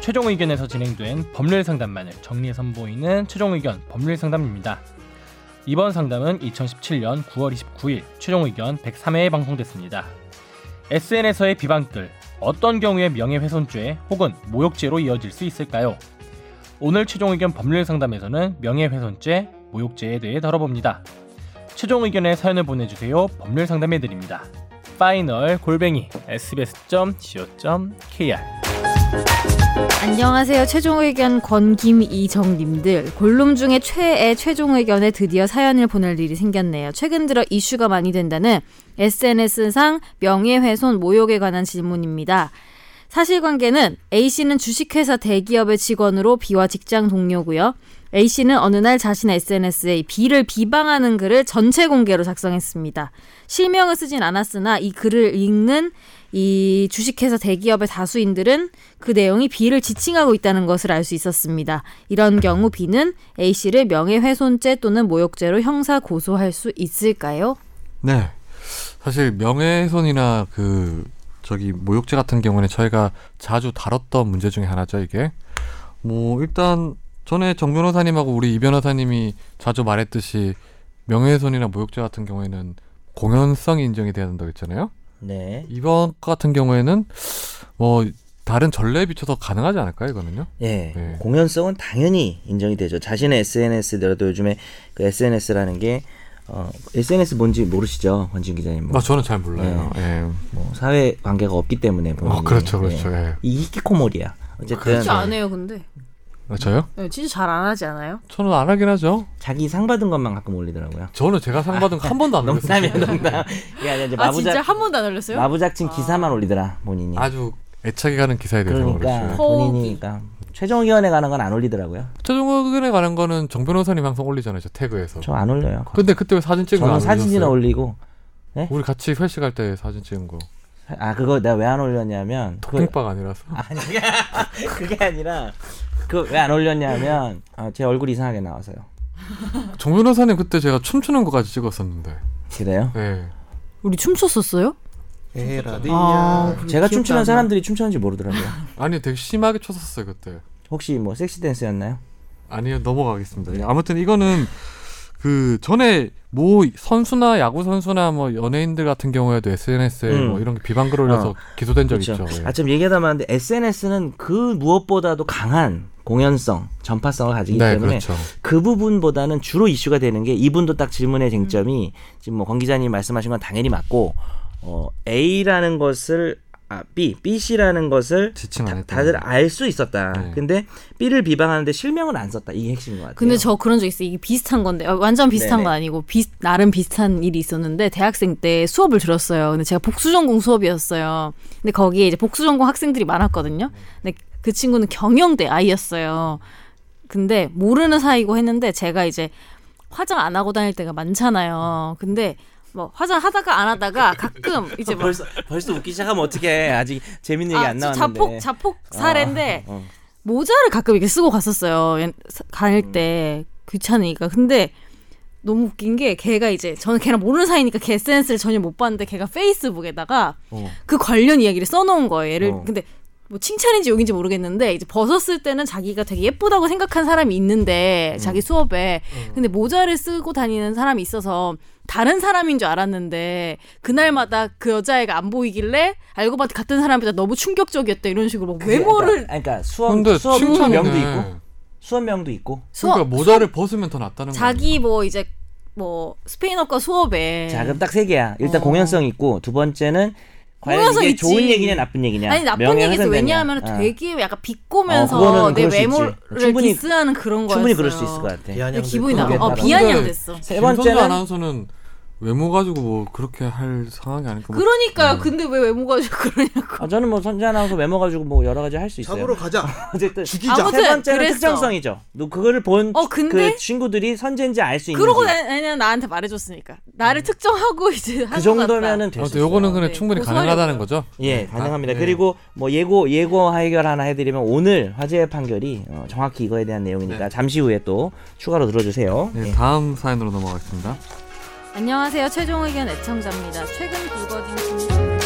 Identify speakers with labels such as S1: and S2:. S1: 최종 의견에서 진행된 법률 상담만을 정리해 선보이는 최종 의견 법률 상담입니다. 이번 상담은 2017년 9월 29일 최종 의견 103회에 방송됐습니다. SNS의 비방글 어떤 경우에 명예훼손죄 혹은 모욕죄로 이어질 수 있을까요? 오늘 최종 의견 법률 상담에서는 명예훼손죄, 모욕죄에 대해 다뤄봅니다. 최종 의견의 사연을 보내주세요. 법률 상담해 드립니다. 파이널 골뱅이 sbs.co.kr
S2: 안녕하세요. 최종 의견 권김이정님들. 골룸 중에 최애 최종 의견에 드디어 사연을 보낼 일이 생겼네요. 최근 들어 이슈가 많이 된다는 SNS상 명예훼손 모욕에 관한 질문입니다. 사실관계는 A씨는 주식회사 대기업의 직원으로 B와 직장 동료고요. A씨는 어느 날 자신의 SNS에 B를 비방하는 글을 전체 공개로 작성했습니다. 실명을 쓰진 않았으나 이 글을 읽는 이 주식회사 대기업의 다수인들은 그 내용이 B를 지칭하고 있다는 것을 알 수 있었습니다. 이런 경우 B는 A씨를 명예훼손죄 또는 모욕죄로 형사 고소할 수 있을까요?
S3: 네. 사실 명예훼손이나 그 저기 모욕죄 같은 경우는 저희가 자주 다뤘던 문제 중에 하나죠, 이게. 뭐 일단 전에 정 변호사님하고 우리 이 변호사님이 자주 말했듯이 명예훼손이나 모욕죄 같은 경우에는 공연성이 인정이 돼야 된다고 했잖아요.
S4: 네.
S3: 이번 것 같은 경우에는 뭐 다른 전례에 비춰서 가능하지 않을까요, 이거는요?
S4: 예.
S3: 네.
S4: 공연성은 당연히 인정이 되죠. 자신의 SNS더라도 요즘에 그 SNS라는 게 어, SNS 뭔지 모르시죠, 권진 기자님? 뭐,
S3: 아, 저는 잘 몰라요. 예.
S4: 뭐 사회 관계가 없기 때문에
S3: 어,
S4: 본인이.
S3: 그렇죠,
S4: 예.
S3: 그렇죠. 예.
S4: 이 히키코모리야. 어쨌든
S3: 그렇죠. 안
S2: 해요, 근데. 네,
S3: 아, 저요?
S2: 진짜 잘 안 하지 않아요?
S3: 저는 안 하긴 하죠.
S4: 자기 상 받은 것만 가끔 올리더라고요.
S3: 저는 제가 상 받은 거 한 번도 안
S4: 농담이야,
S3: 받았어요.
S4: 농담.
S3: 예.
S4: 이게 아니라 이제 마부작
S2: 한 번도 안 올렸어요?
S4: 마부작친 기사만 올리더라 본인이.
S3: 아주 애착이 가는 기사에 대해서
S4: 예. 그러니까
S3: 그렇죠.
S4: 본인이니까 최종 의견에 관한 건 안 올리더라고요.
S3: 최종 의견에 관한 거는 정 변호사님 항상 올리잖아요, 저 태그에서.
S4: 저 안 올려요.
S3: 근데 그때 왜 사진 찍은
S4: 저는
S3: 거안
S4: 사진이나
S3: 올리셨어요?
S4: 올리고
S3: 우리 같이 회식할 때 사진 찍은 거.
S4: 아 그거 내가 왜 안 올렸냐면 그거-
S3: 핑박 아니라서.
S4: 아니 그게 아니라 그 왜 안 올렸냐면 아, 제 얼굴 이상하게 나와서요.
S3: 정 변호사님 그때 제가 춤추는 거까지 찍었었는데.
S4: 그래요?
S3: 예.
S2: 우리 춤췄었어요?
S5: 에라디야.
S2: 아, 그래,
S4: 제가
S2: 기억도
S4: 춤추면
S2: 안 나.
S4: 사람들이 춤추는지 모르더라고요.
S3: 아니 되게 심하게 쳤었어요 그때.
S4: 혹시 뭐 섹시 댄스였나요?
S3: 아니요 넘어가겠습니다. 예, 아무튼 이거는 그 전에 뭐 선수나 야구 선수나 뭐 연예인들 같은 경우에도 SNS에
S4: 음.
S3: 뭐 이런 게 비방글 올려서
S4: 어.
S3: 기소된 적 있죠. 예.
S4: 아참 얘기하다 말았는데 SNS는 그 무엇보다도 강한 공연성, 전파성을 가지기
S3: 네
S4: 때문에
S3: 그렇죠.
S4: 그 부분보다는 주로 이슈가 되는 게 이분도 딱 질문의 쟁점이 지금 뭐권 기자님 말씀하신 건 당연히 맞고 어, A라는 것을 아, B, B C라는 것을
S3: 지칭 안
S4: 다,
S3: 했다.
S4: 다들 알 수 있었다.
S3: 네.
S4: 근데 B를 비방하는데 실명은 안 썼다. 이게 핵심인 것 같아요.
S2: 근데 저 그런 적 있어요. 이게 비슷한 건데 어, 완전 비슷한
S4: 네네.
S2: 건 아니고 비, 나름 비슷한 일이 있었는데 대학생 때 수업을 들었어요. 근데 제가 복수전공 수업이었어요. 근데 거기에 이제 복수전공 학생들이 많았거든요. 근데 그 친구는 경영대 아이였어요. 근데 모르는 사이고 했는데 제가 이제 화장 안 하고 다닐 때가 많잖아요. 근데 뭐 화장 하다가 안 하다가 가끔 이제 막
S4: 벌써 벌써 웃기 시작하면 어떻게 아직 재밌는 얘기
S2: 아,
S4: 안
S2: 저
S4: 나왔는데.
S2: 자폭 자폭 사례인데
S4: 어, 어.
S2: 모자를 가끔 이렇게 쓰고 갔었어요. 옛- 사-
S4: 음.
S2: 다닐 때 귀찮으니까. 근데 너무 웃긴 게 걔가 이제 저는 걔랑 모르는 사이니까 걔 SNS를 전혀 못 봤는데 걔가 페이스북에다가
S4: 어.
S2: 그 관련 이야기를 써놓은 거예요. 얘를
S4: 어.
S2: 근데 뭐 칭찬인지 욕인지 모르겠는데 이제 벗었을 때는 자기가 되게 예쁘다고 생각한 사람이
S3: 음.
S2: 있는데 자기 수업에
S3: 어.
S2: 근데 모자를 쓰고 다니는 사람이 있어서 다른 사람인 줄 알았는데 그날마다 그 여자애가 안 보이길래 알고 봤더니 같은 사람이다 너무 충격적이었다 이런 식으로 막 외모를
S4: 그러니까, 그러니까
S3: 근데
S4: 수업 수업
S3: 칭찬이
S4: 명도 있고 수업명도 있고
S3: 그러니까 모자를 벗으면 더 낫다는 거.
S2: 자기 뭐 이제 뭐 스페인어과 수업에
S4: 자 그럼 딱 세 개야. 일단 공연성 있고 두 번째는 과연
S2: 어. 공연성
S4: 이게
S2: 있지.
S4: 좋은 얘기냐 나쁜 얘기냐.
S2: 아니 나쁜
S4: 명예훼손
S2: 얘기에서
S4: 되냐.
S2: 왜냐하면
S4: 어.
S2: 되게 약간
S4: 어,
S2: 비꼬면서
S4: 그거는
S2: 내
S4: 그럴 수 있지.
S2: 외모를
S4: 충분히-
S2: 디스하는 그런 거였어요.
S4: 충분히 그럴 수 있을 것 같아.
S2: 근데 기분이 나.
S4: 그게
S2: 어
S4: 나라고.
S2: 비아냥 됐어.
S3: 김선재
S4: 세네 번째는
S3: 아나운서는 외모 가지고 뭐 그렇게 할 상황이 아닐까. 뭐
S2: 그러니까요. 근데 왜 외모가 그러냐고.
S4: 아, 저는 뭐 선재 아나운서 외모 가지고 뭐 여러 가지 할 수 있어요.
S5: 잡으러 가자.
S4: 어쨌든
S5: 죽이자.
S2: 아무튼
S4: 세 번째는
S2: 그랬어.
S4: 특정성이죠. 너 그거를 본 그
S2: 어, 근데-
S4: 친구들이 선재인지 알 수 있는지
S2: 그러고 나는 나한테 말해줬으니까 나를 특정하고 이제
S4: 그
S2: 한것 같다.
S4: 정도면은 될수
S3: 아무튼
S4: 있어요.
S3: 요거는 그냥
S2: 네,
S3: 충분히
S2: 고소하려고요.
S3: 가능하다는 거죠.
S4: 예, 가능합니다.
S3: 아, 네.
S4: 그리고 뭐 예고 예고 해결 하나 해드리면 오늘 화재의 판결이 어, 정확히 이거에 대한 내용이니까 잠시 후에 또 추가로 들어주세요.
S3: 네,
S4: 예.
S3: 다음 사연으로 넘어가겠습니다.
S2: 안녕하세요. 최종 의견 애청자입니다. 최근 불거진